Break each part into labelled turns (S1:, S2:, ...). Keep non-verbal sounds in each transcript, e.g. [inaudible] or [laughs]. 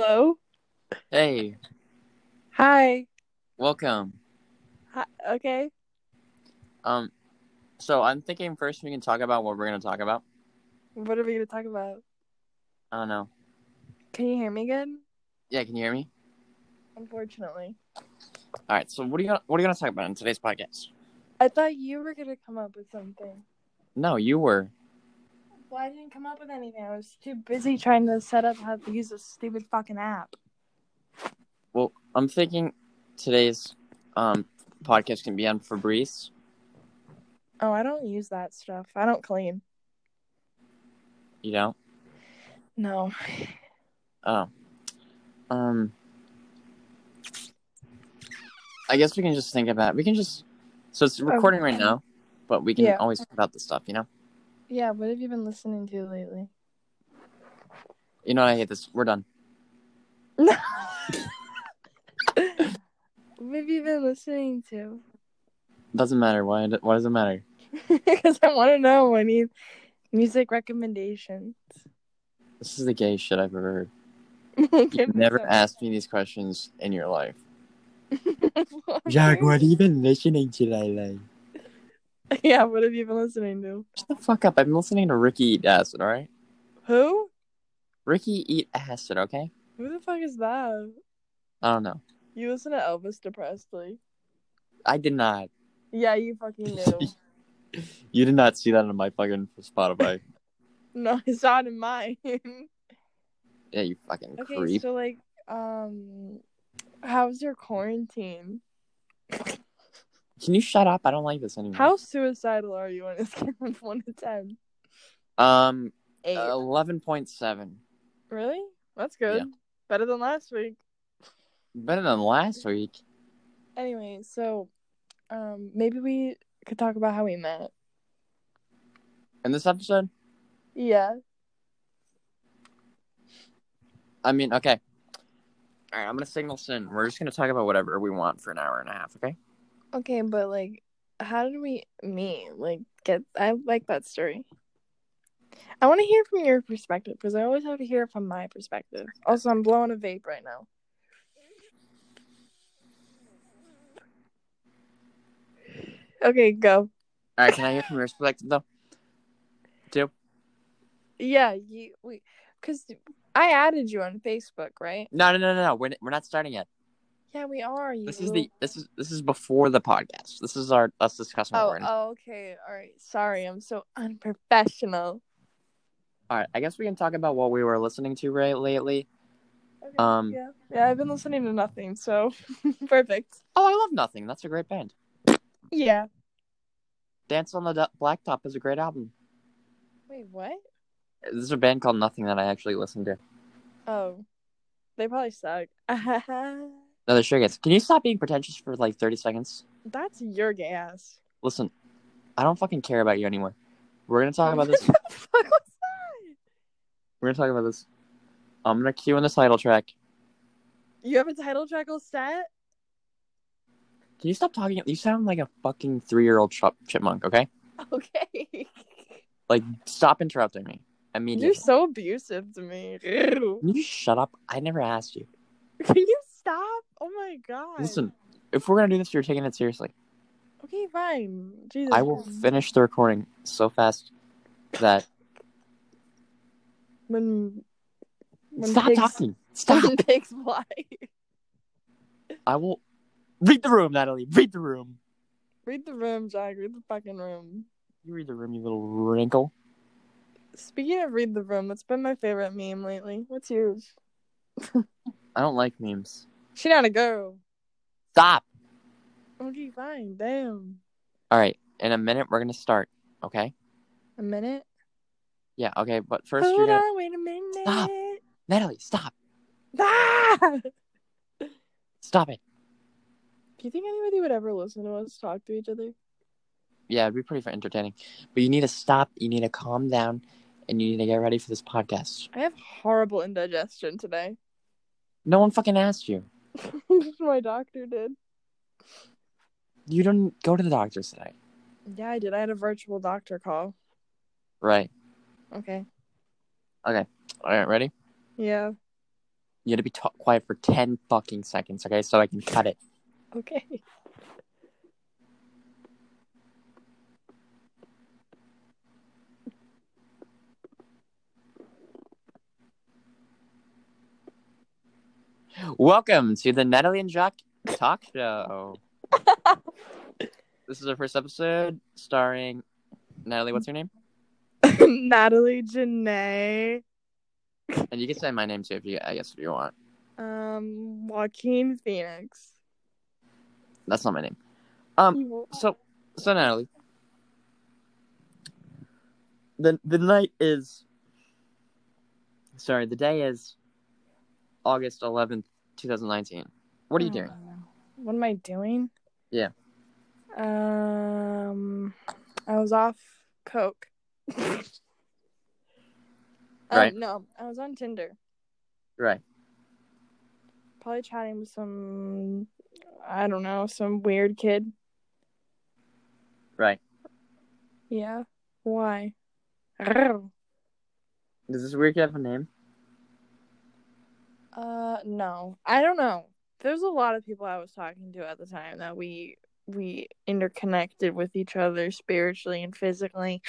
S1: Hello.
S2: Hey,
S1: Hi.
S2: welcome.
S1: Hi. Okay.
S2: Um, so I'm thinking first we can talk about what we're gonna talk about.
S1: What are we gonna talk about?
S2: I don't know.
S1: Can you hear me good?
S2: Yeah, can you hear me?
S1: Unfortunately,
S2: All right. So what are you gonna, what are you gonna talk about in today's podcast?
S1: I thought you were gonna come up with something.
S2: No, you were.
S1: Well, I didn't come up with anything. I was too busy trying to set up how to use this stupid fucking app.
S2: Well, I'm thinking today's um podcast can be on Febreze.
S1: Oh, I don't use that stuff. I don't clean.
S2: You know.
S1: No.
S2: Oh. Um. I guess we can just think about. We can just. So it's recording right now, but we can
S1: Yeah.
S2: always talk about this stuff. You know.
S1: Yeah. What have you been listening to lately?
S2: You know. what? I hate this. We're done.
S1: No. what have you been listening to?
S2: Doesn't matter. Why? Why does it matter?
S1: [laughs] Because I want to know. I need music recommendations. [laughs]
S2: This is the gayest shit I've ever heard.
S1: Give
S2: You've
S1: me
S2: never
S1: some.
S2: asked me these questions in your life.
S1: Jack, what?
S2: have you been listening to lately?
S1: [laughs] Yeah, what have you been listening to?
S2: Shut the fuck up. I've been listening to Ricky Eat Acid, alright?
S1: Who?
S2: Ricky Eat Acid, okay?
S1: Who the fuck is that?
S2: I don't know.
S1: You listen to Elvis Presley.
S2: I did not.
S1: Yeah, you fucking
S2: [laughs]
S1: knew.
S2: You did not see that on my fucking Spotify.
S1: no, I saw it in mine. [laughs]
S2: yeah, you fucking
S1: okay,
S2: creep.
S1: so like, um, how's your quarantine?
S2: Can you shut up? I don't like this anymore.
S1: How suicidal are you [laughs] on a scale of one to ten?
S2: Um,
S1: Eight.
S2: eleven point seven.
S1: really? That's good.
S2: yeah.
S1: Better than last week.
S2: Better than last week.
S1: Anyway, so, um, maybe we could talk about how we met.
S2: In this episode,
S1: Yeah.
S2: I mean, okay. All right, I'm gonna signal sin. We're just gonna talk about whatever we want for an hour and a half, okay?
S1: Okay, but like, how did we meet? Like, get I like that story. I want to hear from your perspective because I always have to hear from my perspective. Also, I'm blowing a vape right now. Okay, go.
S2: All right, can I hear from your perspective though?
S1: Yeah, you we because I added you on Facebook, right?
S2: No, no, no, no, no. We're, we're not starting yet.
S1: Yeah, we are. You
S2: This is
S1: little-
S2: the this is this is before the podcast. This is our us discussing what
S1: Oh,
S2: we're in.
S1: oh, okay. All right. Sorry, I'm so unprofessional.
S2: All right, I guess we can talk about what we were listening to right lately.
S1: Okay,
S2: Um,
S1: yeah. Yeah, I've been listening to nothing, so [laughs] perfect.
S2: Oh, I love nothing. That's a great band.
S1: Yeah.
S2: Dance on the Du- Blacktop is a great album.
S1: Wait, what?
S2: This is a band called Nothing that I actually listened to.
S1: Oh, they probably suck. [laughs]
S2: No, the sure gets. Can you stop being pretentious for like thirty seconds?
S1: That's your gay ass.
S2: Listen, I don't fucking care about you anymore. We're gonna
S1: [laughs]
S2: talk about this.
S1: What the fuck was that?
S2: we're gonna talk about this. I'm gonna cue in the title track.
S1: You have a title track all set?
S2: Can you stop talking? You sound like a fucking three-year-old chip- chipmunk. Okay,
S1: Okay.
S2: like stop interrupting me immediately.
S1: You're so abusive to [laughs] me. Ew.
S2: Can you shut up? I never asked you.
S1: Can you stop? Oh my god.
S2: Listen, if we're gonna do this, you're taking it seriously.
S1: Okay, fine. Jesus.
S2: I will finish the recording so fast that
S1: When. [laughs] when
S2: stop
S1: pigs-
S2: talking. Stop.
S1: [laughs] When pigs fly.
S2: I will read the room, Natalie. Read the room.
S1: Read the room, Jack. Read the fucking room.
S2: You read the room, you little wrinkle.
S1: Speaking of read the room, that's been my favorite meme lately. What's yours?
S2: I don't like memes.
S1: She not a girl.
S2: Stop.
S1: Okay, fine. Damn.
S2: All right. In a minute, we're gonna start. Okay.
S1: A minute.
S2: Yeah. Okay. But first,
S1: Hold
S2: you're gonna
S1: on, wait a minute.
S2: Stop. Natalie. Stop.
S1: [laughs] Ah!
S2: Stop it.
S1: Do you think anybody would ever listen to us talk to each other?
S2: Yeah, it'd be pretty entertaining. But you need to stop. You need to calm down, and you need to get ready for this podcast.
S1: I have horrible indigestion today. [laughs]
S2: No one fucking asked you.
S1: My doctor did.
S2: You didn't go to the doctor today,
S1: Yeah, I did. I had a virtual doctor call.
S2: right?
S1: Okay.
S2: All right. Ready?
S1: Yeah.
S2: You had to be t- quiet for 10 fucking seconds, okay? So I can cut it.
S1: Okay. [laughs]
S2: Welcome to the Natalie and Jock Talk [laughs] Show. this is our first episode starring Natalie, what's your name?
S1: Natalie Janae.
S2: And you can say my name too if you I guess if you want.
S1: Um, Joaquin Phoenix.
S2: That's not my name. Um so so Natalie. The the night is sorry, the day is August eleventh, two thousand nineteen. What are
S1: Oh.
S2: you doing?
S1: Uh, What am I doing?
S2: Yeah.
S1: Um, I was off Coke. [laughs] Uh,
S2: Right.
S1: no, I was on Tinder.
S2: Right.
S1: Probably chatting with some, I don't know, some weird kid.
S2: Right.
S1: Yeah. Why? Arr.
S2: Does this weird kid have a name?
S1: Uh, no, I don't know. There's a lot of people I was talking to at the time that we we interconnected with each other spiritually and physically.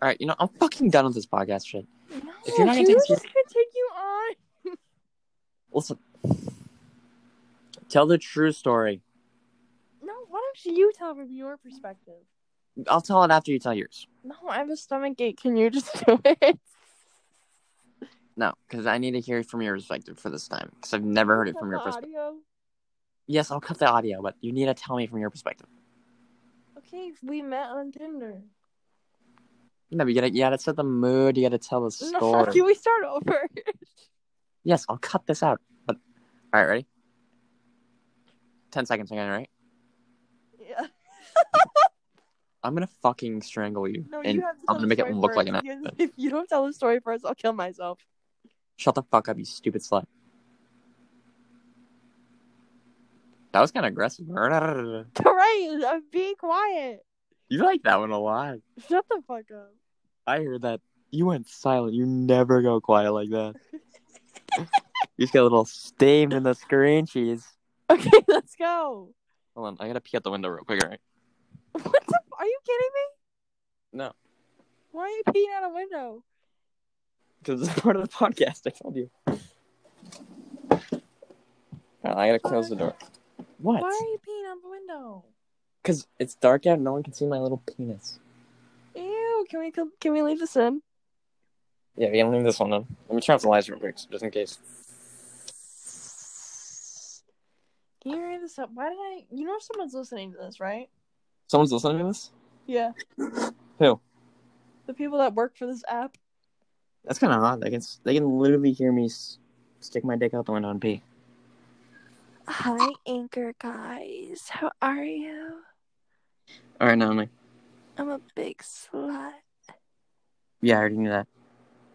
S2: Alright, you know, I'm fucking done with this podcast shit.
S1: No,
S2: If you're not
S1: who's
S2: into-
S1: just gonna take you on?
S2: Listen. Tell the true story.
S1: No, why don't you tell from your perspective?
S2: I'll tell it after you tell yours.
S1: No, I have a stomach ache. Can you just do it?
S2: No, because I need to hear it from your perspective for this time. Because I've
S1: [laughs]
S2: never heard it from your
S1: The
S2: perspective.
S1: audio.
S2: Yes, I'll cut the audio, but you need to tell me from your perspective.
S1: Okay, we met on Tinder.
S2: No, but you gotta, you gotta set the mood. You gotta tell the
S1: No, [laughs]
S2: story.
S1: can we start over? [laughs]
S2: Yes, I'll cut this out. But all right, ready? Ten seconds again, right?
S1: yeah.
S2: I'm gonna fucking strangle you,
S1: No,
S2: and
S1: you have to
S2: I'm
S1: tell
S2: gonna
S1: the
S2: make it
S1: story
S2: look like an
S1: first,
S2: accident. [laughs]
S1: because If you don't tell the story first, I'll kill myself. [laughs]
S2: Shut the fuck up, you stupid slut. That was kind of aggressive.
S1: Right, I'm being quiet.
S2: You like that one a lot.
S1: Shut the fuck up.
S2: I heard that. You went silent. You never go quiet like that. [laughs] you just got a little steam in the screen cheese.
S1: Okay, [laughs] let's go.
S2: Hold on, I gotta pee out the window real quick, alright?
S1: What the? F- are you kidding me?
S2: No.
S1: Why are you peeing out a window?
S2: Because it's [laughs] part of the podcast, I told you. Oh, I gotta close the door.
S1: Why
S2: What?
S1: are you peeing out the window?
S2: Because it's dark out and no one can see my little penis.
S1: Ew. Can we can we leave this in?
S2: Yeah, we can leave this one on. Let me turn off the lights real quick, just in case.
S1: Can you hear this up? Why did I? You know someone's listening to this, right?
S2: Someone's listening to this?
S1: Yeah.
S2: Who?
S1: The people that work for this app.
S2: That's kind of odd. They can, they can literally hear me s- stick my dick out the window and pee.
S1: Hi, anchor guys. How are you?
S2: Alright, now I'm like,
S1: I'm a big slut.
S2: yeah, I already knew that.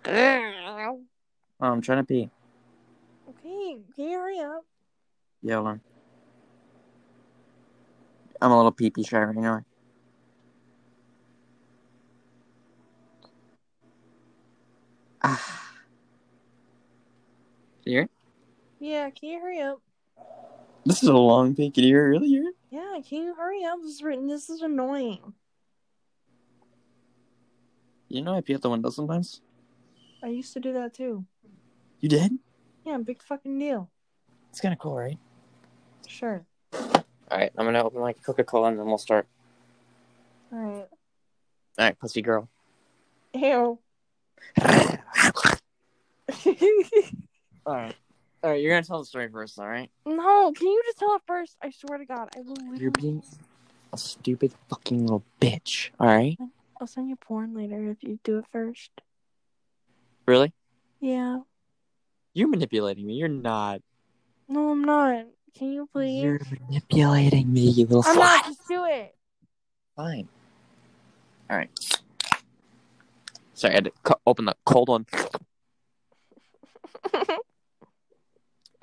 S1: okay,
S2: Oh, I'm trying to pee.
S1: can you hurry up?
S2: Yeah, hold on. I'm a little pee pee shy right now. Ah. Can you hear it?
S1: Yeah, can you hurry up?
S2: This is a long pee. Can you hear it? Really hear it?
S1: Yeah, can you hurry up? This is written. This is annoying.
S2: You know I pee out the window sometimes.
S1: I used to do that too.
S2: You did?
S1: Yeah, big fucking deal.
S2: It's kind of cool, right?
S1: Sure.
S2: Alright, I'm gonna open like Coca Cola and then we'll start.
S1: All right.
S2: Alright, pussy girl. [laughs]
S1: Ew.
S2: Alright. Alright, you're gonna tell the story first, alright?
S1: [laughs] no, can you just tell it first? I swear to God, I will literally.
S2: You're being a stupid fucking little bitch, alright?
S1: I'll send you porn later if you do it first.
S2: Really?
S1: Yeah.
S2: You're manipulating me. You're not.
S1: No, I'm not. Can you please?
S2: You're manipulating me, you little
S1: I'm
S2: slut.
S1: not. Just do it.
S2: Fine. All right. Sorry, I had to cu- open the cold [laughs] one. All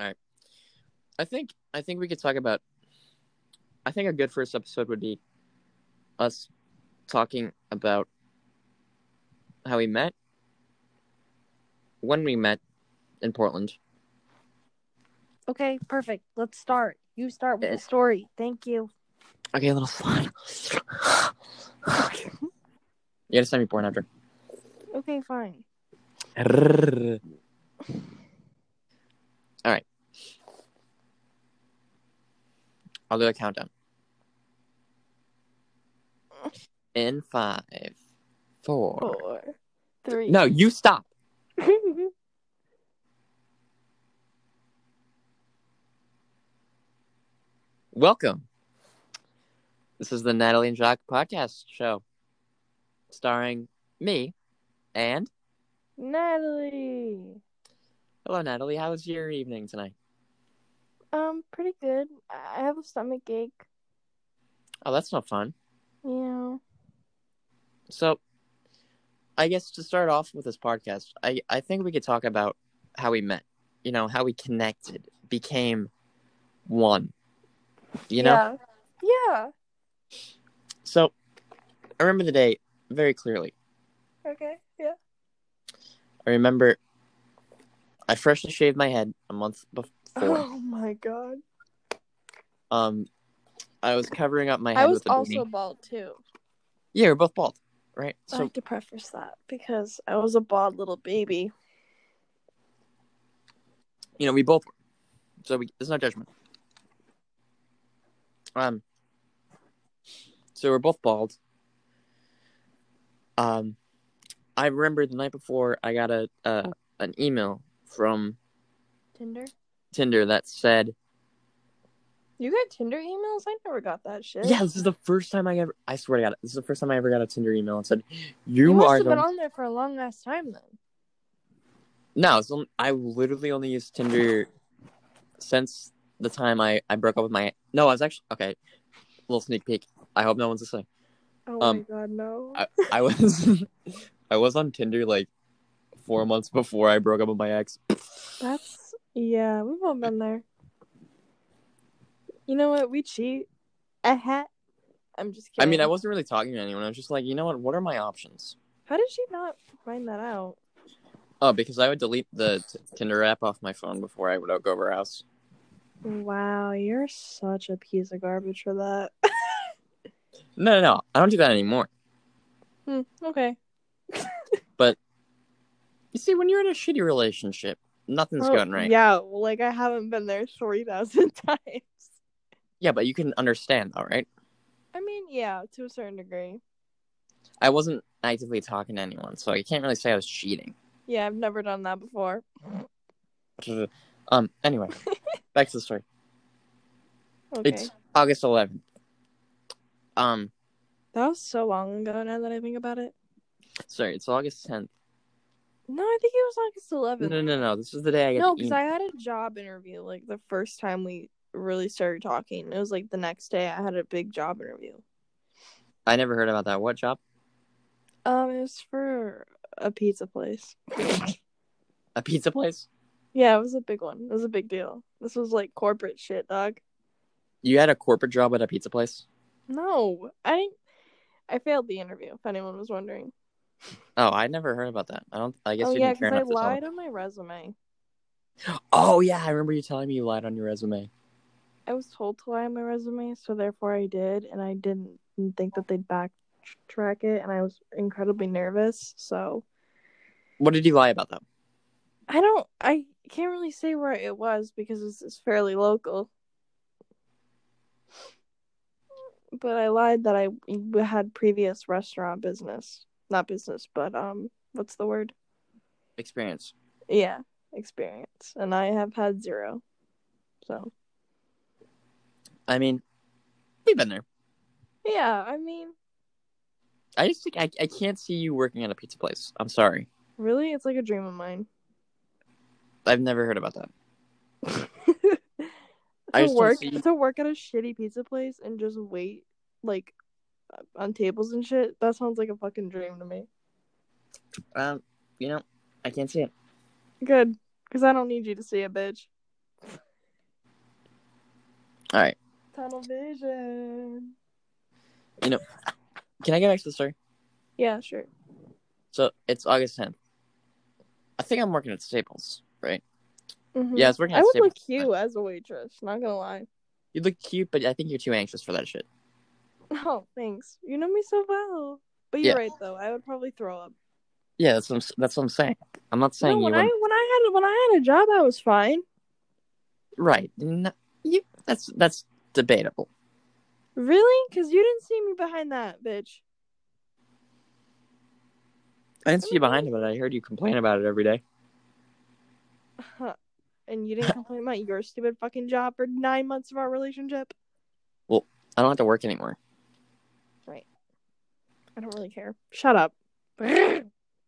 S2: right. I think I think we could talk about. I think a good first episode would be us talking about how we met, when we met, in Portland.
S3: Okay, perfect. Let's start. You start with the
S2: Yes.
S3: story. Thank you.
S2: Okay, little slime. yeah, just send me porn after.
S3: Okay, fine.
S2: All right. I'll do a countdown. In five, four.
S1: Four, three.
S2: No, you stop. Welcome. This is the Natalie and Jacques podcast show, starring me and
S1: [laughs] Natalie.
S2: hello, Natalie. How was your evening tonight?
S1: Um, pretty good. I I have a stomach ache.
S2: Oh, that's not fun.
S1: Yeah.
S2: So, I guess to start off with this podcast, I, I think we could talk about how we met, you know, how we connected, became one, you know?
S1: Yeah. Yeah.
S2: So, I remember the day very clearly.
S1: Okay. Yeah.
S2: I remember I freshly shaved my head a month
S1: [gasps]
S2: before.
S1: Oh my god.
S2: um, I was covering up my head
S1: I was
S2: with a
S1: also
S2: beanie.
S1: bald too.
S2: Yeah, we're both bald, right?
S1: I
S2: So,
S1: have to preface that because I was a bald little baby.
S2: you know, we both were. So, we, there's no judgment. Um, so we're both bald. Um, I remember the night before I got a uh, an email from
S1: Tinder?
S2: Tinder that said,
S1: You got Tinder emails? I never got that shit.
S2: "Yeah, this is the first time I ever. I swear to God, this is the first time I ever got a Tinder email and said,
S1: You,
S2: you,
S1: must
S2: are
S1: have
S2: the
S1: been on there for a long ass time then.
S2: no. It's only, I literally only used Tinder since the time I I broke up with my no. I was actually okay. Little sneak peek. I hope no one's listening.
S1: Oh
S2: Um,
S1: my god, no.
S2: I, I was [laughs] I was on Tinder like four months before I broke up with my ex.
S1: That's yeah, we've all been there. You know what? We cheat.
S3: Uh huh.
S1: I'm just
S2: I
S1: kidding.
S2: mean, I wasn't really talking to anyone. I was just like, you know what? What are my options?
S1: How did she not find that out?
S2: Oh, because I would delete the t- Tinder app off my phone before I would go over her house.
S1: Wow, you're such a piece of garbage for that. [laughs]
S2: No, no, no. I don't do that anymore.
S1: Hmm, okay.
S2: You see, when you're in a shitty relationship, nothing's
S1: Oh,
S2: going right. Yeah.
S1: Yeah, well, like I haven't been there three thousand [laughs] times.
S2: but you can understand, all right?
S1: I mean, yeah, to a certain degree.
S2: I wasn't actively talking to anyone, so I can't really say I was cheating. [laughs]
S1: Yeah, I've never done that before.
S2: Um. Anyway, back to the story.
S1: Okay.
S2: It's August 11th. Um.
S1: That was so long ago now that I think about it.
S2: Sorry, it's August 10th.
S1: No, I think it was August 11th.
S2: No, no, no. This is the day I got
S1: No,
S2: the
S1: because
S2: email.
S1: I had a job interview like the first time we really started talking. It was like the next day I had a big job interview.
S2: I never heard about that. What job?
S1: Um, it was for a pizza place.
S2: A pizza place?
S1: Yeah, it was a big one. It was a big deal. This was like corporate shit, dog.
S2: You had a corporate job at a pizza place?
S1: No, I didn't. I failed the interview. If anyone was wondering.
S2: Oh, I never heard about that. I don't. I guess
S1: oh
S2: you
S1: yeah,
S2: didn't care
S1: because I
S2: enough to tell
S1: lied on my resume.
S2: me. Oh yeah, I remember you telling me you lied on your resume.
S1: I was told to lie on my resume, so therefore I did, and I didn't think that they'd backtrack it, and I was incredibly nervous. So
S2: What did you lie about though?
S1: I don't. I can't really say where it was because it's, it's fairly local. But I lied that I had previous restaurant business, not business, but um, what's the word?
S2: Experience.
S1: Yeah, experience, and I have had zero. So
S2: I mean, we've been there.
S1: yeah, I mean,
S2: I just think I, I can't see you working at a pizza place. I'm sorry.
S1: really, it's like a dream of mine. [laughs]
S2: I've never heard about that. I
S1: to
S2: just don't
S1: work
S2: see-
S1: to work at a shitty pizza place and just wait like uh, on tables and shit. That sounds like a fucking dream to me.
S2: Um, you know, I can't see it.
S1: Good, because I don't need you to see a bitch.
S2: All right.
S1: Tunnel vision.
S2: Can I get back to the story?
S1: Yeah, sure.
S2: So it's August 10th. I think I'm working at Staples, right?
S1: Mhm.
S2: Yeah, I was working at
S1: I would
S2: Staples.
S1: look cute as a waitress. Not gonna lie. [laughs]
S2: You look cute, but I think you're too anxious for that shit.
S1: Oh, thanks. You know me so well. But you're
S2: Yeah.
S1: right though. I would probably throw up.
S2: Yeah, that's what I'm, s- that's what I'm saying. I'm not saying
S1: No,
S2: you
S1: when I
S2: wouldn't.
S1: when I had when I had a job, I was fine.
S2: Right. No, you, that's that's debatable.
S1: Really? Because you didn't see me behind that bitch. [laughs]
S2: I didn't see you behind it, but I heard you complain about it every day.
S1: And you didn't complain about your stupid fucking job for nine months of our relationship.
S2: I don't have to work anymore.
S1: I don't really care. Shut up. [laughs]
S2: All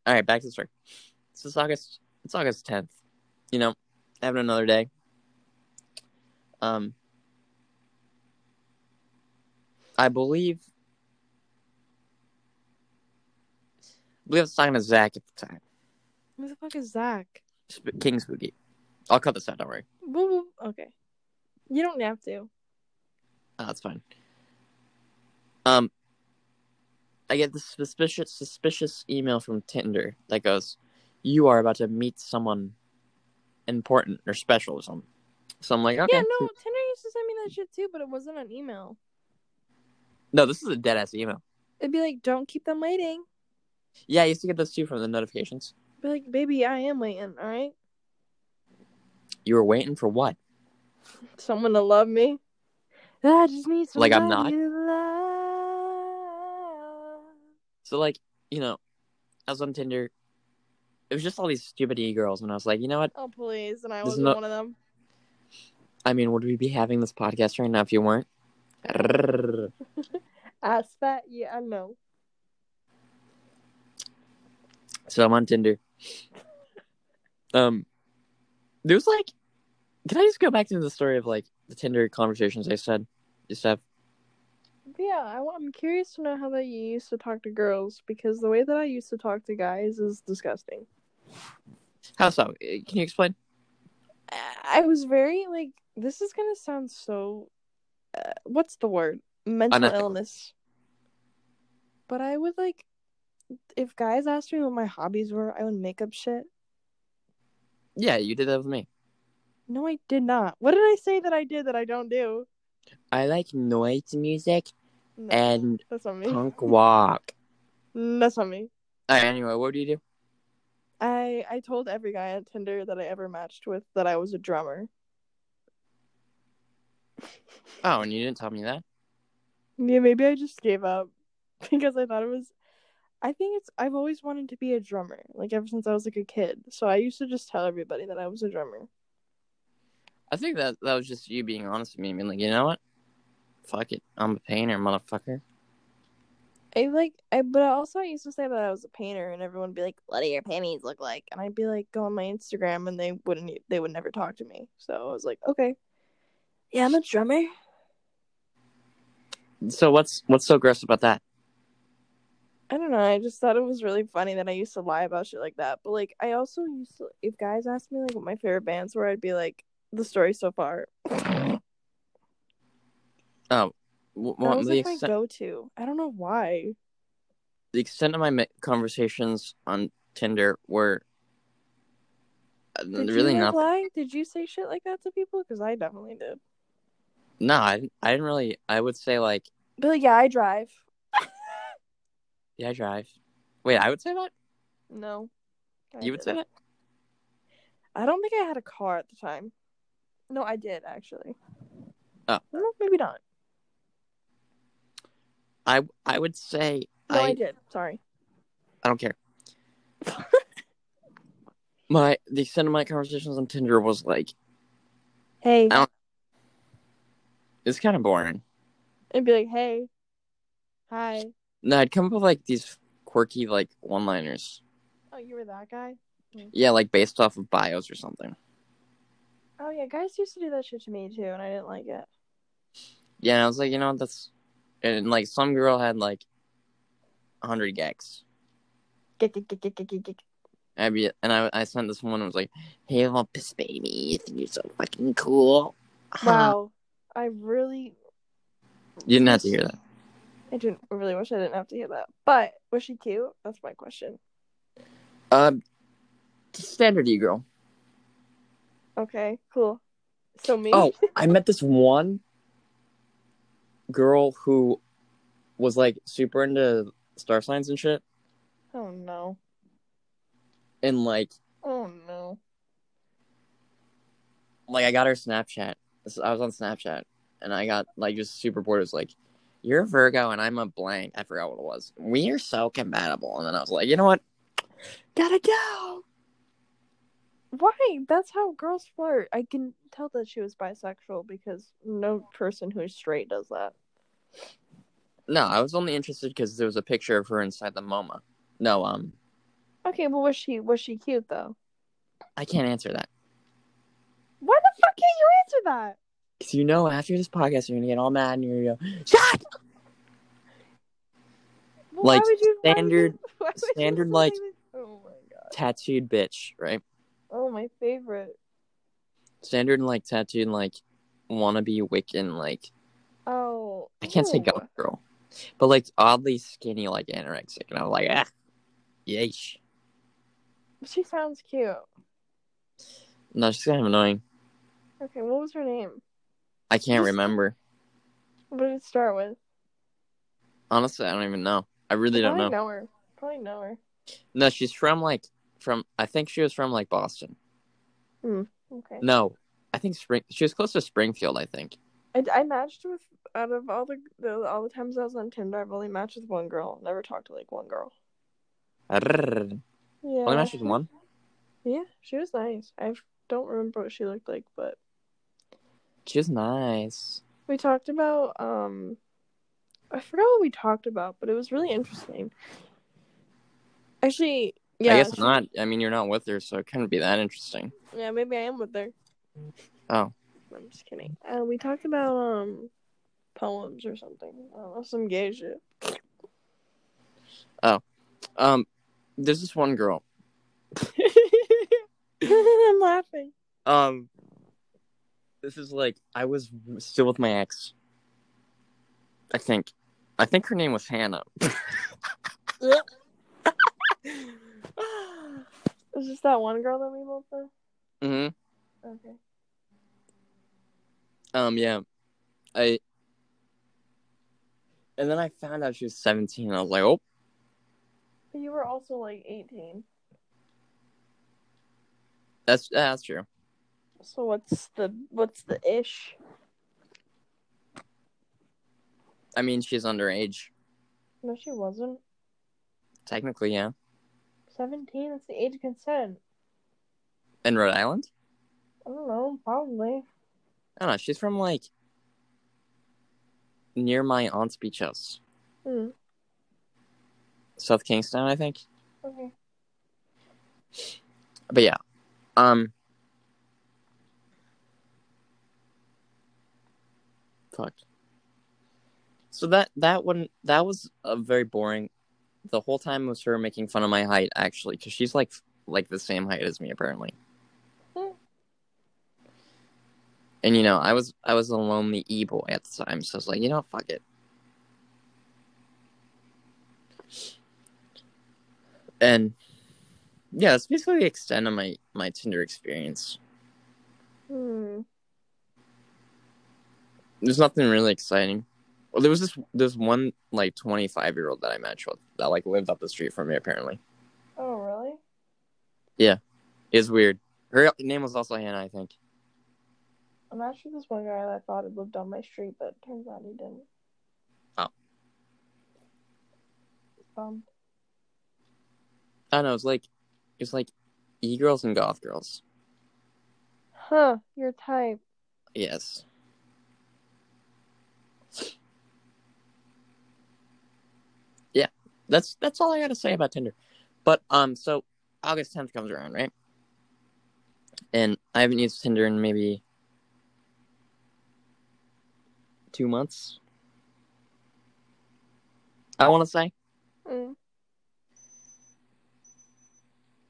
S2: right, back to the story. So it's August. It's August 10th. You know, having another day. Um, I believe. I believe I was talking to Zach at the time.
S1: Who the fuck is Zach?
S2: Sp- King Spooky. I'll cut this out. Don't worry.
S1: Woo woo. Okay. You don't have to.
S2: Oh, that's fine. Um, I get this suspicious, suspicious email from Tinder that goes, "You are about to meet someone important or special or something." So I'm like, "Okay,
S1: Yeah, no, Tinder used to send me that shit too, but it wasn't an email.
S2: No, this is a dead ass email."
S1: It'd be like, don't keep them waiting.
S2: Yeah, I used to get those too from the notifications.
S1: Be like, baby, I am waiting, all right?
S2: You were waiting for what?
S1: Someone to love me. I just need
S2: Like
S1: somebody
S2: I'm not?
S1: to love.
S2: So like, you know, I was on Tinder. It was just all these stupid e girls, and I was like, you know what?
S1: Oh, please. And I
S2: This is
S1: wasn't
S2: not-
S1: one of them.
S2: I mean, would we be having this podcast right now if you weren't?
S1: Ass fat? Yeah, I know.
S2: So I'm on Tinder. Um, there was like, can I just go back to the story of like the Tinder conversations I said used to have?
S1: Yeah, I, wa- I'm curious to know how that you used to talk to girls because the way that I used to talk to guys is disgusting.
S2: How so? Eh, Can you explain?
S1: I I was very like, this is gonna sound so. Uh, what's the word? Mental
S2: Unethical.
S1: illness. But I would like, if guys asked me what my hobbies were, I would make up shit.
S2: Yeah, you did that with me.
S1: No, I did not. What did I say that I did that I don't do?
S2: I like noise music
S1: No,
S2: and
S1: that's not me.
S2: punk rock.
S1: That's not me.
S2: All right, anyway, what do you do?
S1: I I told every guy on Tinder that I ever matched with that I was a drummer.
S2: Oh, and you didn't tell me that.
S1: Yeah, maybe I just gave up [laughs] because I thought it was. I think it's. I've always wanted to be a drummer, like ever since I was like a kid. So I used to just tell everybody that I was a drummer.
S2: I think that that was just you being honest with me. I mean, like, you know what? Fuck it, I'm a painter, motherfucker.
S1: I like. I but I also I used to say that I was a painter, and everyone would be like, "What do your paintings look like?" And I'd be like, "Go on my Instagram," and they wouldn't. e- They would never talk to me. So I was like, "Okay, yeah, I'm a drummer."
S2: So what's what's so gross about that?
S1: I don't know. I just thought it was really funny that I used to lie about shit like that. But like, I also used to. If guys asked me like what my favorite bands were, I'd be like, "The story so far."
S2: Wh-
S1: That
S2: what-
S1: was
S2: the
S1: like my
S2: extent-
S1: go-to. I don't know why.
S2: the extent of my ma- conversations on Tinder were uh,
S1: Did
S2: really
S1: you
S2: not.
S1: like, lie? Did you say shit like that to people? Because I definitely did.
S2: No, I, didn't- I didn't really. I would say like,
S1: But like, yeah, I drive.
S2: yeah, I drive. Wait, I would say that.
S1: No, I
S2: you would say
S1: didn't.
S2: that.
S1: I don't think I had a car at the time. No, I did actually.
S2: Oh.
S1: Well, maybe not.
S2: I I would say
S1: No, I,
S2: I, I
S1: did. Sorry.
S2: don't care. [laughs] my the extent of my conversations on Tinder was like
S3: Hey,
S2: I it's kind of boring.
S1: It'd be like, hey, hi.
S2: No, I'd come up with like these quirky like one liners.
S1: Oh, you were that guy.
S2: Yeah, like based off of bios or something.
S1: Oh yeah, guys used to do that shit to me too, and I didn't like it.
S2: Yeah, and I was like, you know, what, that's and like some girl had like hundred gex.
S1: Gick, gick, gick, gick, gick, gick, gick.
S2: I'd be, and I, I sent this one. I was like, "Hey, little piss baby, you think you're so fucking cool." Huh.
S1: Wow, I really
S2: You didn't have to hear that.
S1: I didn't I really wish I didn't have to hear that. But was she cute? That's my question.
S2: Um, standard e girl.
S1: Okay, cool. So me?
S2: Oh, I met this one girl who was like super into star signs and shit.
S1: Oh no.
S2: And like,
S1: Oh no.
S2: like I got her Snapchat. This- I was on Snapchat, and I got like just super bored. It was like, "You're a Virgo, and I'm a blank." I forgot what it was. We are so compatible. And then I was like, you know what? Gotta go.
S1: Why? That's how girls flirt. I can tell that she was bisexual because no person who's straight does that.
S2: No, I was only interested because there was a picture of her inside the MoMA. No, um,
S1: Okay, but was she was she cute though?
S2: I can't answer that
S1: Why the fuck can't you answer that?
S2: because you know after this podcast you're gonna get all mad and you're gonna go, "Shut!"
S1: Well, why
S2: Like,
S1: would you- why would you-
S2: standard-
S1: [laughs] why would you
S2: standard,
S1: say
S2: like-
S1: that? Oh my god.
S2: Tattooed bitch, right?
S1: Oh my favorite.
S2: Standard like tattooed like wannabe Wiccan like
S1: Oh.
S2: I can't say
S1: ew.
S2: goth girl, but like oddly skinny, like anorexic, and I was like, ah, yeesh.
S1: She sounds cute.
S2: No, she's kind of annoying.
S1: Okay, what was her name?
S2: I can't
S1: Just-
S2: remember.
S1: What did it start with?
S2: Honestly, I don't even know. I really don't
S1: Probably
S2: know.
S1: her. Probably know her.
S2: No, she's from like from. I think she was from like Boston.
S1: Okay.
S2: No, I think Spring. She was close to Springfield. I think.
S1: I, I matched with out of all the, the all the times I was on Tinder, I've only matched with one girl. Never talked to like one girl.
S2: Arrrr.
S1: Yeah.
S2: Only matches one.
S1: Yeah, she was nice. I don't remember what she looked like, but
S2: She's nice.
S1: we talked about um, I forgot what we talked about, but it was really interesting. Actually, yeah,
S2: I guess
S1: she-
S2: not. I mean, you're not with her, so it couldn't be that interesting.
S1: yeah, maybe I am with her.
S2: Oh.
S1: I'm just kidding. Uh, we talked about um, poems or something. I don't know, some gay shit.
S2: Um, there's this one girl.
S1: [laughs] I'm laughing.
S2: Um, this is like I was still with my ex. I think, I think her name was Hannah.
S1: [gasps] Is this that one girl that we both know?
S2: hmm
S1: Okay.
S2: Um, yeah, I. And then I found out she was seventeen. I was like, oh,
S1: But you were also like 18.
S2: that's that's true.
S1: So what's the what's the ish?
S2: I mean, she's underage
S1: No, she wasn't.
S2: technically, yeah.
S1: 17. That's the age of consent.
S2: In Rhode Island,
S1: I don't know. Probably.
S2: I don't know. She's from like near my aunt's beach house,
S1: Hmm.
S2: South Kingston, I think.
S1: Okay.
S2: But yeah, um, fuck. So that that one that was a very boring. The whole time was her making fun of my height actually, because she's like like the same height as me apparently.
S1: Hmm.
S2: And you know, I was I was a lonely e boy at the time, so I was like, you know, fuck it. And yeah, that's basically the extent of my my Tinder experience.
S1: Hmm.
S2: there's nothing really exciting. Well, there was this this one like 25 year old that I matched with that like lived up the street from me. Apparently,
S1: Oh really?
S2: it's weird. Her name was also Hannah, I think.
S1: I'm actually this one guy that I thought had lived on my street, but turns out he didn't.
S2: Oh.
S1: Um.
S2: I don't know. It's like it's like e girls and goth girls.
S1: Huh. Your type.
S2: Yes. Yeah, that's that's all I gotta say about Tinder. But um, so August 10th comes around, right? And I haven't used Tinder in maybe two months. I want to say.
S1: Mm.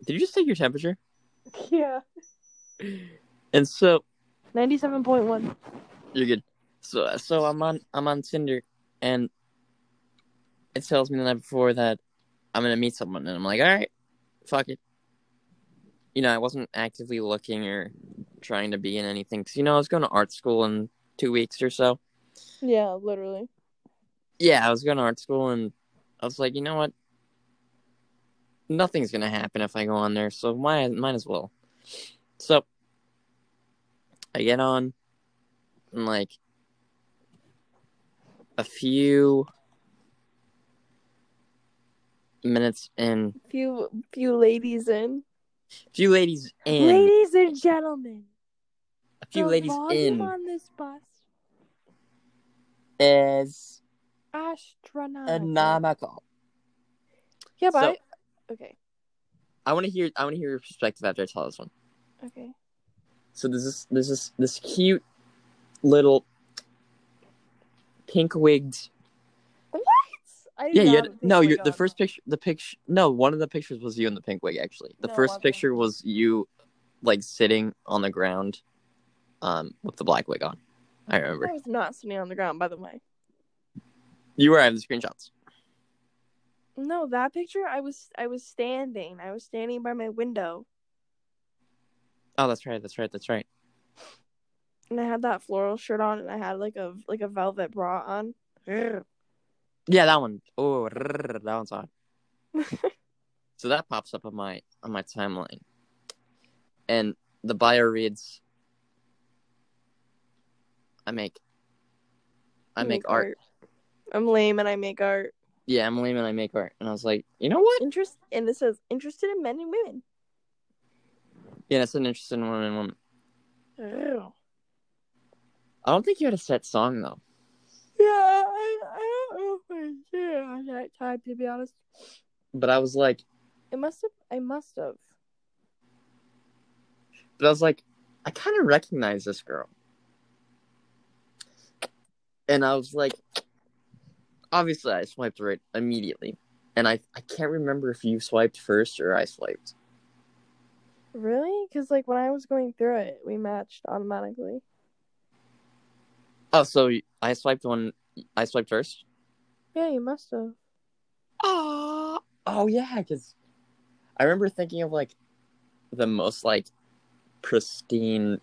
S2: Did you just take your temperature?
S1: [laughs] Yeah.
S2: And so
S1: 97.1.
S2: You're good. So so I'm on I'm on Tinder and it tells me the night before that I'm gonna meet someone and I'm like, all right, fuck it. You know, I wasn't actively looking or trying to be in anything. 'Cause, you know, I was going to art school in two weeks or so.
S1: Yeah, literally.
S2: Yeah, I was going to art school, and I was like, you know what? Nothing's gonna happen if I go on there, so might might as well. So I get on, and like a few minutes in,
S1: Few few ladies in.
S2: few ladies in,
S3: Ladies and gentlemen,
S2: a few
S3: the
S2: ladies
S3: volume
S2: in
S3: on this bus
S2: is
S3: astronomical.
S2: economical.
S1: Yeah, but
S2: So-
S1: I... okay,
S2: I want to hear. I want to hear your perspective after I tell this one.
S1: okay.
S2: So there's this there's this this cute little pink wigged.
S1: I did
S2: Yeah, you
S1: not
S2: had,
S1: think
S2: no,
S1: we
S2: you're
S1: got
S2: the first
S1: that.
S2: picture. The picture. No, one of the pictures was you in the pink wig. Actually, the
S1: No, it
S2: first
S1: wasn't.
S2: picture was you, like sitting on the ground, um, with the black wig on. I remember.
S1: I was not sitting on the ground, by the way.
S2: You were. I have the screenshots.
S1: No, that picture I was I was standing. I was standing by my window
S2: Oh, that's right. That's right. That's right.
S1: and I had that floral shirt on and I had like a like a velvet bra on. Ugh.
S2: Yeah, that one. Oh, that one's [laughs] on. so that pops up on my on my timeline, and the bio reads, "I make, I make, art.
S1: I'm lame and I make art.
S2: Yeah, I'm lame and I make art." And I was like, "You know what?
S1: Interest and it says interested in men and women.
S2: Yeah, that's an interesting one and woman.
S1: Ugh.
S2: I don't think you had a set song though.
S1: Yeah, I, I don't know if I did on that time to be honest.
S2: But I was like,
S1: It must have I must have.
S2: but I was like, I kind of recognize this girl. And I was like, obviously, I swiped right immediately. And I, I can't remember if you swiped first or I swiped.
S1: Really? Because like when I was going through it, we matched automatically.
S2: Oh, so I swiped one. I swiped first.
S1: Yeah, you must have.
S2: Oh, oh yeah, because I remember thinking of like the most like pristine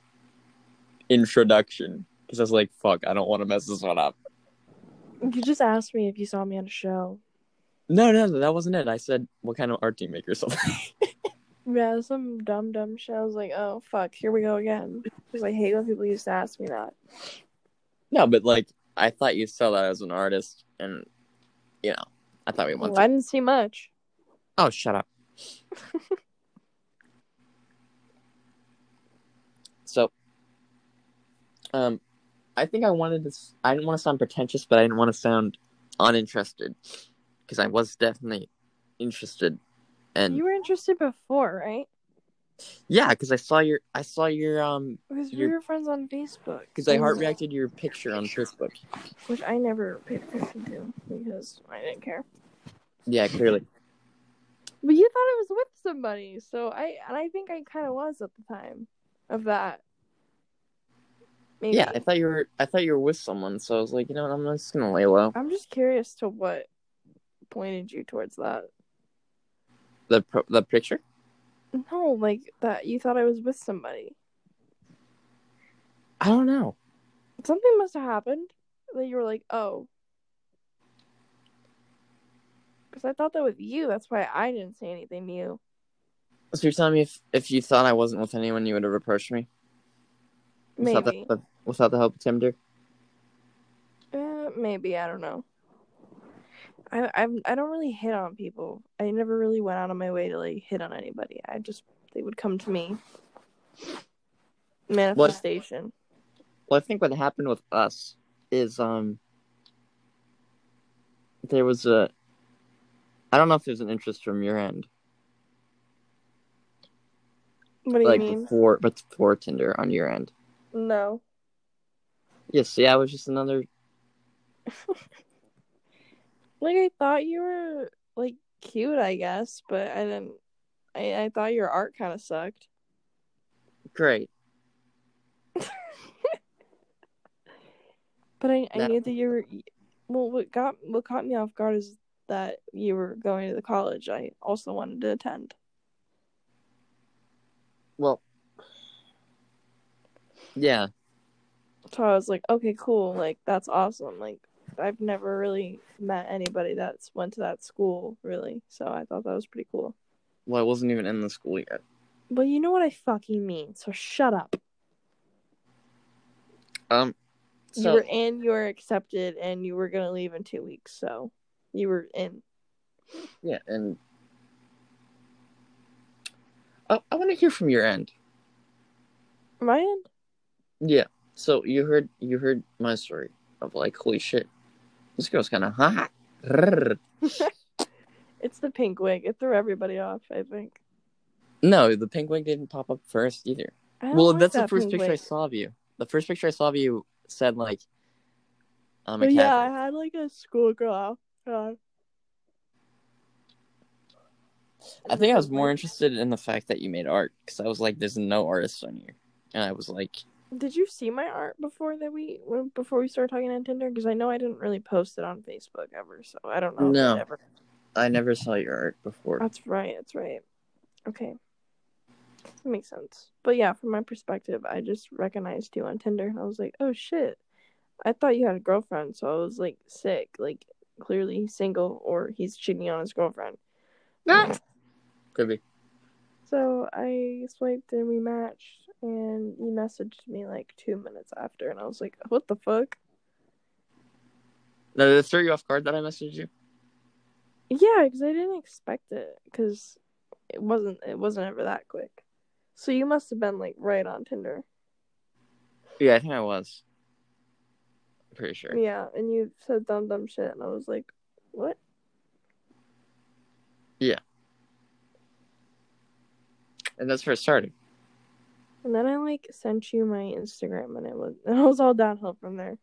S2: introduction because I was like, "Fuck, I don't want to mess this one up."
S1: You just asked me if you saw me on a show.
S2: No, no, that wasn't it. I said, "What kind of art do you make?" or something.
S1: Yeah, some dumb dumb shit. I was like, oh fuck, here we go again. Because I hate when people used to ask me that.
S2: No, but like I thought you saw that as an artist, and you know, I thought we went.
S1: Well, I
S2: to
S1: didn't see much.
S2: Oh, shut up. so, um, I think I wanted to. s- I didn't want to sound pretentious, but I didn't want to sound uninterested because I was definitely interested, and
S1: You were interested before, right?
S2: yeah, because I saw your. I saw your um.
S1: Because we
S2: You're-
S1: were friends on Facebook.
S2: Because I heart reacted your picture on Facebook.
S1: Which I never paid attention to because I didn't care.
S2: Yeah, clearly.
S1: But you thought I was with somebody, so I and I think I kind of was at the time of that. Maybe.
S2: Yeah, I thought you were. I thought you were with someone, so I was like, you know, what, I'm just gonna lay low.
S1: I'm just curious to what pointed you towards that.
S2: The pro- the picture.
S1: No, like that you thought I was with somebody.
S2: I don't know.
S1: Something must have happened that you were like, oh. Because I thought that with you, that's why I didn't say anything to you.
S2: So you're telling me if, if you thought I wasn't with anyone, you would have approached me
S1: Maybe.
S2: without the without the help of Tinder.
S1: Uh, maybe I don't know. I I'm, I don't really hit on people. I never really went out of my way to like hit on anybody. I just they would come to me. Manifestation.
S2: Well, I think what happened with us is um there was a I don't know if there's an interest from your end,
S1: What, do you
S2: like
S1: mean?
S2: before, but before Tinder on your end.
S1: No.
S2: Yes, yeah, I was just another.
S1: Like I thought you were like cute, I guess, but I didn't. I I thought your art kind of sucked.
S2: Great.
S1: But I, I
S2: No.
S1: knew that you were. Well, what got what caught me off guard is that you were going to the college. I also wanted to attend.
S2: Well, Yeah.
S1: So I was like, okay, cool. Like, that's awesome. Like, I've never really met anybody that's went to that school, really. So I thought that was pretty cool.
S2: Well, I wasn't even in the school yet.
S1: But you know what I fucking mean. So shut up.
S2: Um.
S1: you
S2: So
S1: were in, you were accepted, and you were going to leave in two weeks. So you were in.
S2: yeah, and oh, I want to hear from your end.
S1: My end?
S2: Yeah. So you heard you heard my story of like holy shit, this girl's kind of hot.
S1: It's the pink wig. It threw everybody off, I think.
S2: No, the pink wig didn't pop up first either.
S1: I don't
S2: Well,
S1: like
S2: that's the
S1: that
S2: first
S1: pink
S2: picture I
S1: wig.
S2: saw of you. The first picture I saw of you said like, "I'm a
S1: But Oh, yeah, I
S2: cat."
S1: had like a schoolgirl. Uh, outfit.
S2: I think I was more interested in the fact that you made art because I was like, "There's no artist on here," and I was like,
S1: Did you see my art before that we when- before we started talking on Tinder? Because I know I didn't really post it on Facebook ever, so I don't know. if
S2: No.
S1: it ever-
S2: "I never saw your art before."
S1: That's right. That's right. Okay. That makes sense. But yeah, from my perspective, I just recognized you on Tinder and I was like, oh shit. I thought you had a girlfriend, so I was like sick. Like, clearly he's single or he's cheating on his girlfriend.
S2: Could be.
S1: So I swiped and we matched, and you messaged me like two minutes after, and I was like, what the fuck?
S2: No, did it throw you off guard that I messaged you?
S1: Yeah, because I didn't expect it, because it wasn't it wasn't ever that quick. So you must have been like right on Tinder.
S2: Yeah, I think I was. Pretty sure.
S1: Yeah, and you said dumb dumb shit, and I was like, "What?"
S2: And that's where it started.
S1: And then I like sent you my Instagram, and it was [laughs] and it was all downhill from there.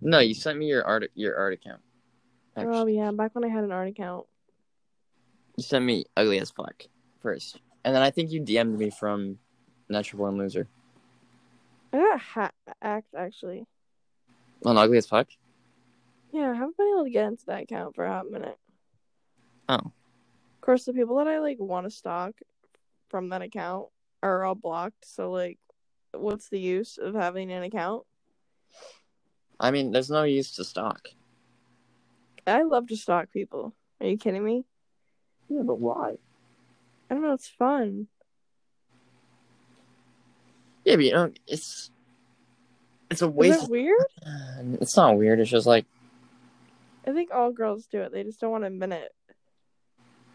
S2: No, you sent me your art your art account. Actually,
S1: Oh yeah, back when I had an art account.
S2: you sent me ugly as fuck first, and then I think you DM'd me from Natural Born Loser
S1: I got ha- hacked actually.
S2: on ugly as fuck.
S1: Yeah, I haven't been able to get into that account for a hot minute.
S2: Oh.
S1: Of course, the people that I like want to stalk from that account are all blocked. So like, what's the use of having an account?
S2: I mean, there's no use to stalk.
S1: I love to stalk people. Are you kidding me?
S2: Yeah, but why?
S1: I don't know. It's fun.
S2: Yeah, but you know, it's it's a
S1: Is
S2: waste.
S1: it weird?
S2: of- It's not weird. It's just like
S1: I think all girls do it. They just don't want to admit it.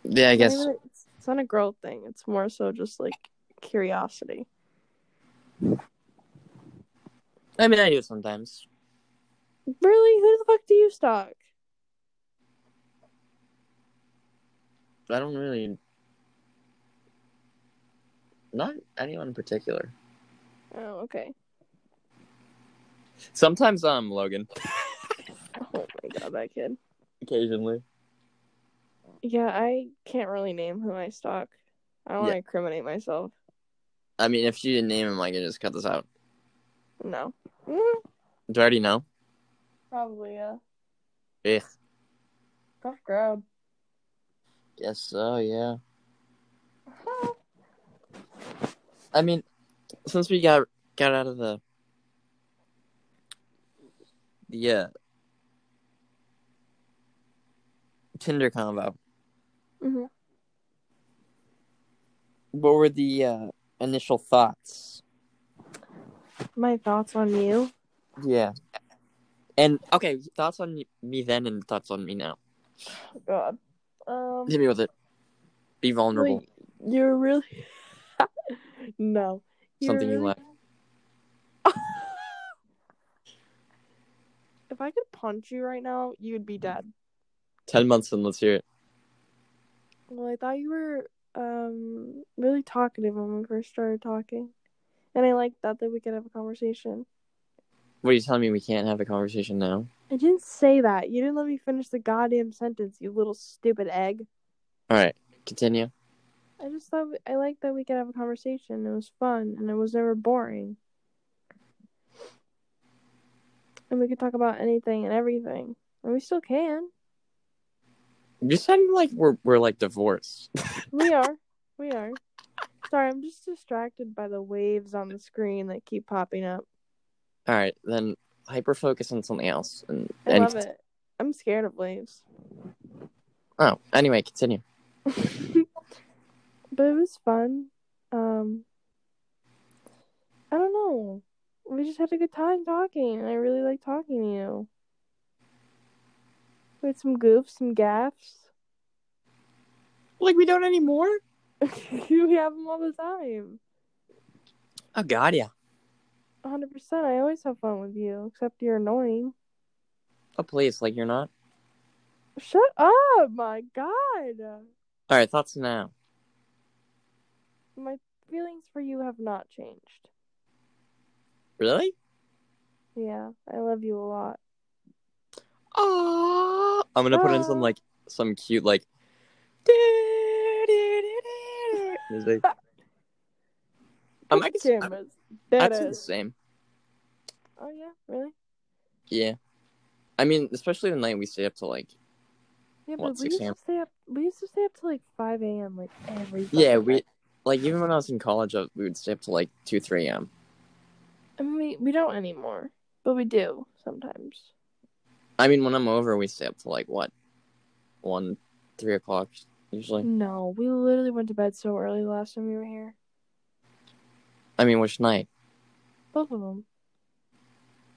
S2: yeah, I guess.
S1: It's not even- it's, it's not a girl thing. It's more so just like curiosity.
S2: I mean, I do it sometimes.
S1: Really, who the fuck do you stalk?
S2: But I don't really. Not anyone in particular.
S1: Oh, okay.
S2: Sometimes I'm Logan.
S1: Oh my god, that kid.
S2: Occasionally.
S1: Yeah, I can't really name who I stalk. I don't want
S2: Yeah.
S1: to incriminate myself.
S2: I mean, if you didn't name him, I can just cut this out.
S1: No.
S2: Do I already know?
S1: Mm, Probably yeah.
S2: Eh.
S1: Tough crowd. [laughs]
S2: Guess so. Yeah. I mean, since we got got out of the the uh, Tinder combo,
S1: Mhm.
S2: what were the uh, initial thoughts?
S1: My thoughts on you.
S2: Yeah, and okay, thoughts on me then and thoughts on me now.
S1: God. Um.
S2: Hit me with it. Be vulnerable.
S1: Like, you're really [laughs] no. You're
S2: Something you
S1: really-
S2: like.
S1: If I could punch you right now, you'd be dead.
S2: Ten months and let's hear it.
S1: Well, I thought you were um really talkative when we first started talking, and I liked that that we could have a conversation.
S2: What are you telling me? We can't have a conversation now?
S1: I didn't say that. You didn't let me finish the goddamn sentence, you little stupid egg.
S2: All right, continue.
S1: I just thought we- I liked that we could have a conversation. It was fun and it was never boring. And we could talk about anything and everything. And we still can.
S2: You're sounding like we're we're like divorced.
S1: We are. We are. Sorry, I'm just distracted by the waves on the screen that keep popping up.
S2: All right, then hyper focus on something else. And,
S1: I
S2: and
S1: love it. I'm scared of waves.
S2: oh, anyway, continue.
S1: but it was fun. Um, I don't know. We just had a good time talking, and I really like talking to you. We had some goofs, some gaffs. [laughs]
S2: Like we don't anymore?
S1: we have them all the time.
S2: Oh God, yeah.
S1: 100%. I always have fun with you, except you're annoying.
S2: Oh please, like you're not.
S1: Shut up! My God!
S2: All right, thoughts now.
S1: My feelings for you have not changed.
S2: Really?
S1: Yeah, I love you a lot.
S2: Oh, I'm gonna put in some
S1: Aw.
S2: like some cute like. music. Um, I
S1: Put
S2: guess-
S1: cameras.
S2: I'd say
S1: Deadass.
S2: the same.
S1: Oh, yeah, really?
S2: Yeah. I mean, especially the night we stay up to like.
S1: Yeah,
S2: What,
S1: but we
S2: 6
S1: used
S2: a.m.?
S1: to stay up. We used to stay up till like five a.m. like every.
S2: Yeah,
S1: fucking
S2: we
S1: night.
S2: like even when I was in college, uh, we would stay up to like two, three a.m.
S1: I mean, we, we don't anymore, but we do sometimes.
S2: I mean, when I'm over, we stay up to like what, one, three o'clock usually.
S1: No, we literally went to bed so early last time you were here.
S2: I mean, which night?
S1: Both of them.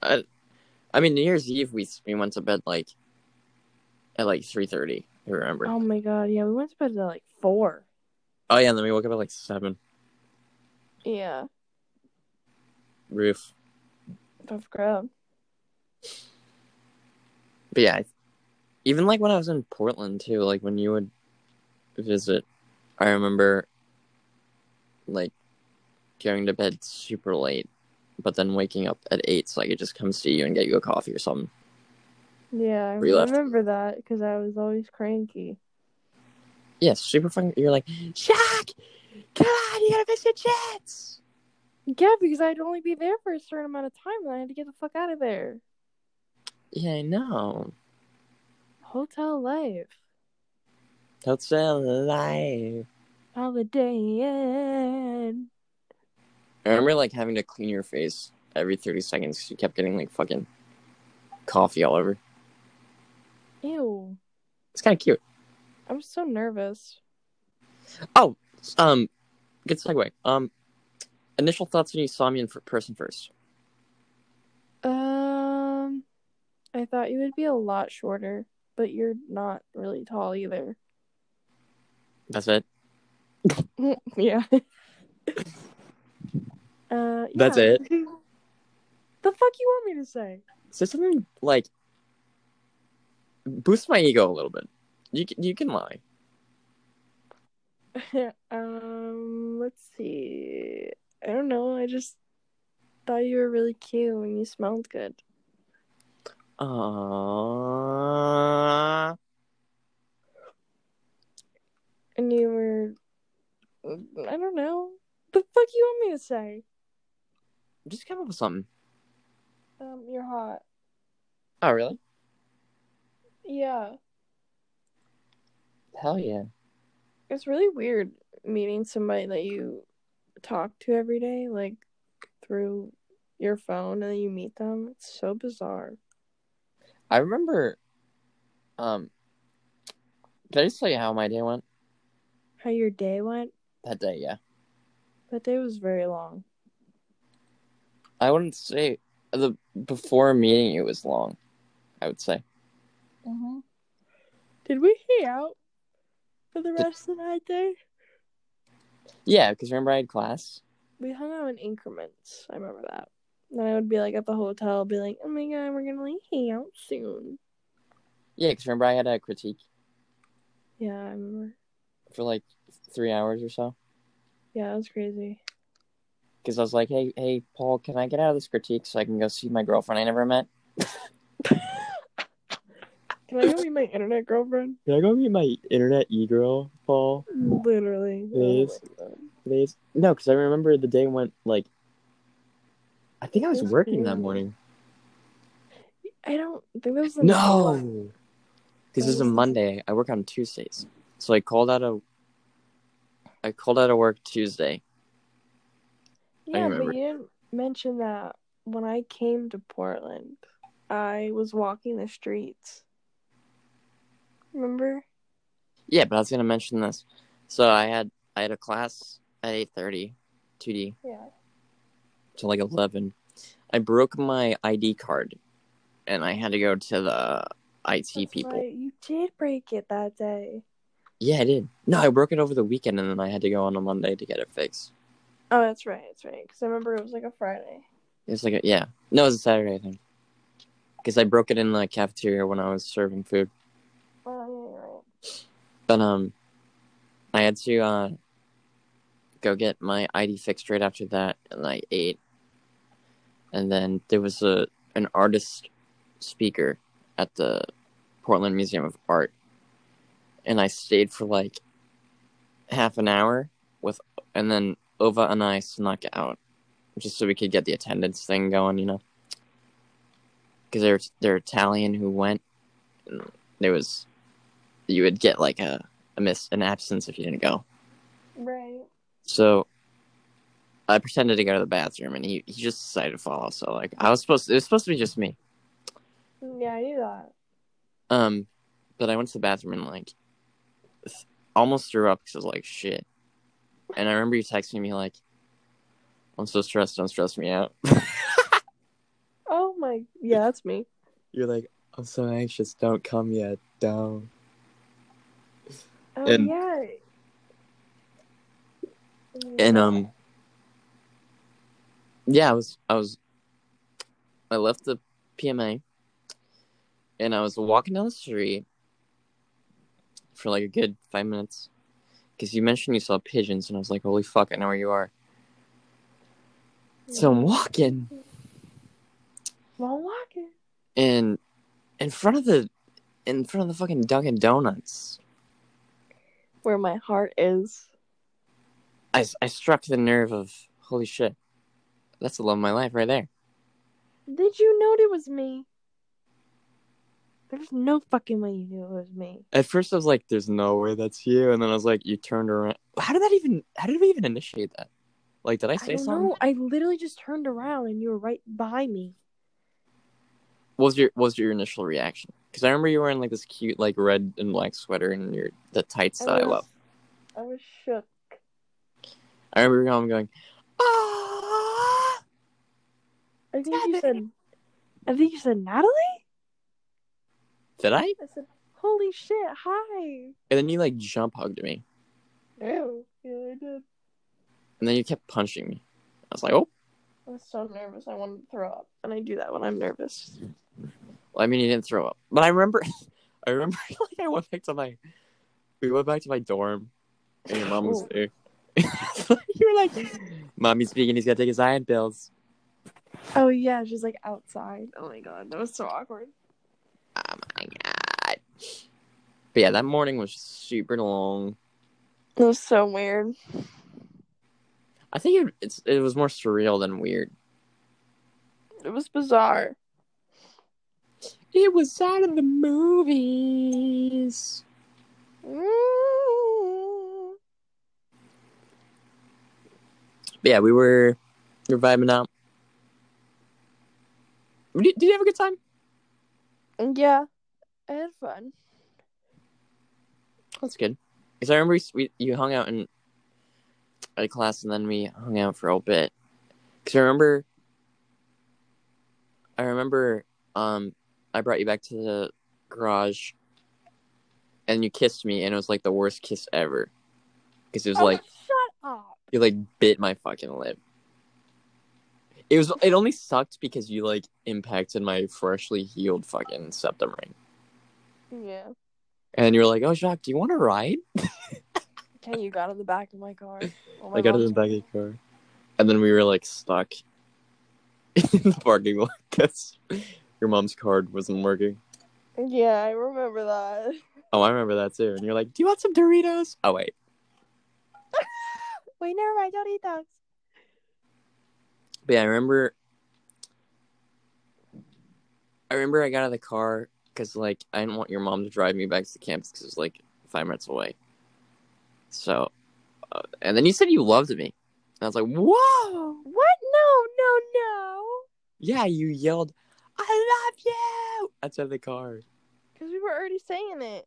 S2: I mean, New Year's Eve we we went to bed like at like three thirty. I remember.
S1: Oh
S2: Oh.
S1: my god, yeah, we went to bed at like four.
S2: yeah, and then we woke up at like seven.
S1: Yeah,
S2: Roof.
S1: above ground.
S2: But yeah, I- even like when I was in Portland too, like when you would visit, I remember like going to bed super late, but then waking up at eight so I could just come see you and get you a coffee or something.
S1: Yeah, I
S2: We left.
S1: remember that because I was always cranky.
S2: Yeah, super fun. You're like, Shaq, come on, you gotta fix your jets.
S1: Yeah, because I'd only be there for a certain amount of time, and I had to get the fuck out of there.
S2: Yeah, I know.
S1: Hotel life,
S2: Hotel life.
S1: holiday inn.
S2: I remember like having to clean your face every 30 seconds 'cause you kept getting like fucking coffee all over.
S1: Ew.
S2: It's kind of cute.
S1: I'm so nervous.
S2: Um, good segue. Um, initial thoughts when you saw me in f- person first.
S1: Um, I thought you would be a lot shorter, but you're not really tall either.
S2: That's it.
S1: yeah. uh,
S2: That's
S1: yeah.
S2: it?
S1: [laughs] the fuck you want me to say? [laughs]
S2: So something like boosts my ego a little bit. You can, you can lie.
S1: um, let's see. I don't know. I just thought you were really cute and you smelled good.
S2: Uh,
S1: And you were. I don't know. The fuck you want me to say?
S2: just come up with something.
S1: Um, you're hot.
S2: Oh, really?
S1: Yeah.
S2: Hell yeah.
S1: it's really weird meeting somebody that you talk to every day, like through your phone, and then you meet them. It's so bizarre.
S2: I remember. Um, can I just tell you how my day went
S1: How your day went?
S2: that day? Yeah,
S1: That day was very long.
S2: I wouldn't say the before meeting you was long. I would say
S1: Mm-hmm. Did we hang out for the
S2: Did-
S1: rest of that day?
S2: yeah, because remember I had class.
S1: We hung out in increments. I remember that. Then I would be like at the hotel, be like, "Oh my god, we're gonna like hang out soon."
S2: Yeah, because remember I had a critique
S1: Yeah, I remember.
S2: for like three hours or so.
S1: Yeah, that was crazy.
S2: Because I was like, hey, hey, Paul, can I get out of this critique so I can go see my girlfriend I never met?
S1: Can I go meet my internet girlfriend?
S2: Can I go meet my internet e girl, Paul?
S1: Literally. Oh my
S2: Please.
S1: God.
S2: Today's no, because I remember the day went like. I think I was
S1: That's
S2: working that
S1: weird.
S2: morning.
S1: I don't think that was the
S2: No, because
S1: That
S2: it's a
S1: was-
S2: Monday. I work on Tuesdays, so I called out a. I called out of work Tuesday.
S1: Yeah,
S2: remember.
S1: but you didn't mention that when I came to Portland, I was walking the streets. Remember?
S2: Yeah, but I was gonna mention this. So I had I had a class at eight thirty, two D
S1: Yeah.
S2: to like eleven. I broke my ID card, and I had to go to the IT
S1: That's
S2: people.
S1: right, You did break it that day.
S2: Yeah, I did. No, I broke it over the weekend, and then I had to go on a Monday to get it fixed.
S1: Oh, that's right. That's right. Because I remember it was like a Friday.
S2: It was like a yeah, no, it was a Saturday thing. Because I broke it in the cafeteria when I was serving food.
S1: Oh, yeah, you're right.
S2: But um, I had to uh, go get my ID fixed right after that, and I ate. And then there was a an artist speaker at the Portland Museum of Art, and I stayed for like half an hour with, and then Ova and I snuck out just so we could get the attendance thing going, you know, because they're they're Italian who went. And there was you would get like a a miss an absence if you didn't go.
S1: Right.
S2: So I pretended to go to the bathroom and he, he just decided to follow. So like I was supposed it was supposed to be just me.
S1: Mm, Yeah, I knew that.
S2: Um but I went to the bathroom and like th- almost threw up because I was like shit. And I remember you texting me like I'm so stressed, don't stress me out.
S1: Oh my. Yeah, that's me.
S2: You're like, I'm so anxious, don't come yet, don't.
S1: Oh
S2: And-
S1: yeah.
S2: And um Yeah, I was I was I left the PMA and I was walking down the street for like a good five minutes. Cause you mentioned you saw pigeons and I was like, Holy fuck, I know where you are.
S1: Mm-hmm.
S2: So I'm walking
S1: while walking.
S2: and in front of the in front of the fucking Dunkin' Donuts.
S1: Where my heart is.
S2: I, s- I struck the nerve of holy shit. That's the love of my life right there.
S1: Did you know it was me? There's no fucking way you knew it was me.
S2: At first I was like, There's no way that's you and then I was like, You turned around how did that even how did we even initiate that? Like did I
S1: I
S2: say
S1: don't
S2: something?
S1: know. I literally just turned around and you were right by me.
S2: What was your what was your initial reaction? Because I remember you wearing like this cute like red and black sweater and your the tights that I
S1: was-
S2: love.
S1: I was shook.
S2: I remember your mom going, ah!
S1: I think you
S2: Daddy.
S1: said. I think you said Natalie.
S2: Did I?
S1: I said, "Holy shit! Hi."
S2: And then you like jump hugged me,
S1: Ew. Yeah, I did.
S2: and then you kept punching me. I was like, oh,
S1: I was so nervous. I wanted to throw up, and I do that when I'm nervous.
S2: well, I mean, you didn't throw up, but I remember, [laughs] I remember like I went back to my, we went back to my dorm, and your mom was
S1: Cool.
S2: there. [laughs] you were like, mommy's vegan. He's got to take his iron pills.
S1: Oh yeah, she's like outside. Oh my god, that was so awkward.
S2: Oh my god. But yeah, that morning was super long.
S1: It was so weird.
S2: I think it, it's it was more surreal than weird.
S1: It was bizarre.
S2: It was out of the movies.
S1: Mm.
S2: But yeah, we were we were vibing out. Did you, did you have a good time?
S1: Yeah, I had fun.
S2: That's good. Because I remember we, we you hung out in a class, and then we hung out for a little bit. Because I remember, I remember, um, I brought you back to the garage, and you kissed me, and it was like the worst kiss ever. Because it was
S1: Oh,
S2: like
S1: shut up.
S2: You like bit my fucking lip. It was it only sucked because you like impacted my freshly healed fucking septum ring.
S1: Yeah.
S2: And you were like, Oh Jacques, do you want to ride?
S1: Okay, you got in the back of my car. Oh my
S2: I got it
S1: God.
S2: in the back of the car. And then we were like stuck [laughs] in the parking lot because your mom's card wasn't working.
S1: Yeah, I remember that. [laughs]
S2: Oh, I remember that too. And you're like, Do you want some Doritos? Oh wait.
S1: Wait, never mind. Don't eat those.
S2: But yeah, I remember. I remember I got out of the car because like I didn't want your mom to drive me back to the campus because it was like five minutes away. So uh, and then you said you loved me. And I was like, whoa.
S3: What? No, no, no.
S2: Yeah, you yelled, I love you outside the car.
S1: Because we were already saying it.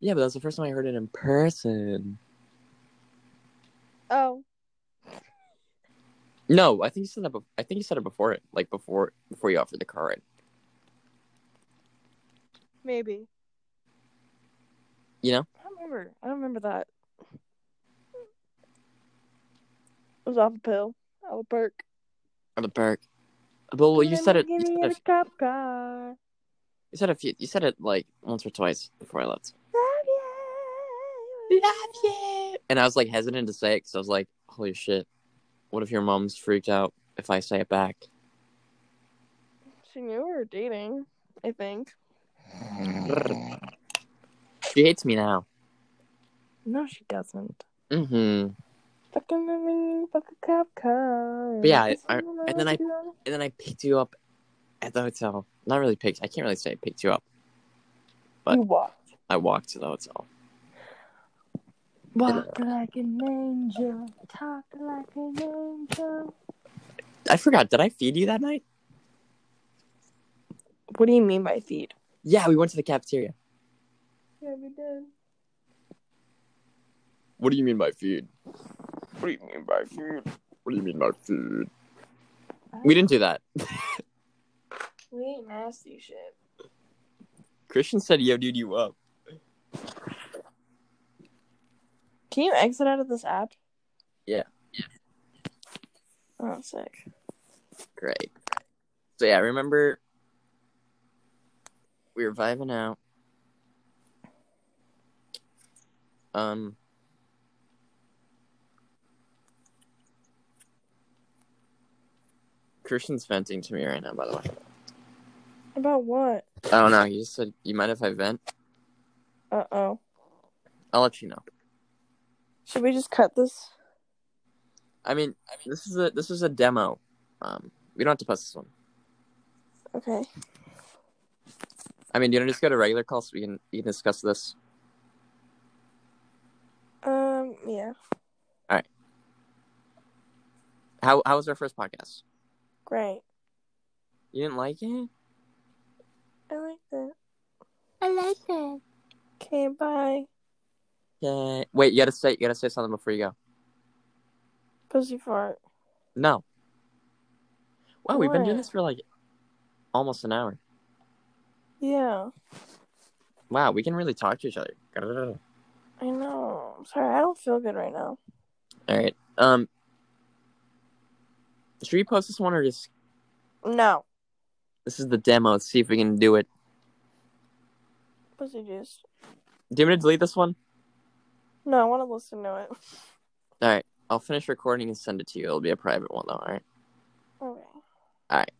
S2: Yeah, but that was the first time I heard it in person.
S1: Oh,
S2: No, I think you said that. Be- I think you said it before it, like before before you offered the car ride.
S1: maybe.
S2: You know?
S1: I don't remember. I don't remember that. It was off a pill. Off a perk.
S2: Or the perk. But well, you said it. You
S3: Give me
S2: said
S3: a
S2: it,
S3: cop car.
S2: you said a few. You said it like once or twice before
S3: [laughs]
S2: I left.
S3: Love you.
S2: you. And I was like hesitant to say it because I was like, holy shit, what if your mom's freaked out if I say it back?
S1: She knew we were dating, I think.
S2: She hates me now.
S1: No, she doesn't.
S2: Mm-hmm.
S1: Fucking love me, fuck a cop car.
S2: But yeah, I- I- and then I- and then I picked you up at the hotel. Not really picked. I can't really say I picked you up. but-
S1: You walked.
S2: I walked to the hotel.
S3: Walk
S2: uh,
S3: like an angel. Talk like an angel.
S2: I forgot. Did I feed you that night?
S1: What do you mean by feed?
S2: Yeah, we went to the cafeteria.
S1: Yeah, we did.
S2: What do you mean by feed? What do you mean by feed? What do you mean by feed? We didn't do that.
S1: We ain't nasty shit.
S2: Christian said, "Yo, dude, you up?"
S1: Can you exit out of this app?
S2: Yeah.
S1: Oh, sick.
S2: Great. So yeah, I remember we were vibing out. Um. Christian's venting to me right now, by the way.
S1: About what?
S2: I don't know. He just said, "You mind if I vent?"
S1: Uh oh.
S2: I'll let you know.
S1: Should we just cut this?
S2: I mean, I mean, this is a this is a demo. Um, we don't have to post this one.
S1: Okay.
S2: I mean, do you want to just go to regular call so we can you can discuss this?
S1: Um, yeah.
S2: How how was our first podcast?
S1: Great.
S2: You didn't like it?
S1: I like that.
S3: I like that.
S1: Okay, bye.
S2: Yeah. Wait, you gotta say you gotta say something before you go.
S1: Pussy fart.
S2: No. Wow, we've been doing
S1: What?
S2: this for like almost an hour.
S1: Yeah,
S2: Wow, we can really talk to each other. All
S1: I know. I'm sorry, I don't feel good right now.
S2: right. Um, should we post this one or just
S1: No.
S2: this is the demo? Let's see if we can do it.
S1: Pussy juice.
S2: Do you want me to delete this one?
S1: No, I want to listen to it.
S2: All right. I'll finish recording and send it to you. It'll be a private one though. All right.
S1: Okay.
S2: All right.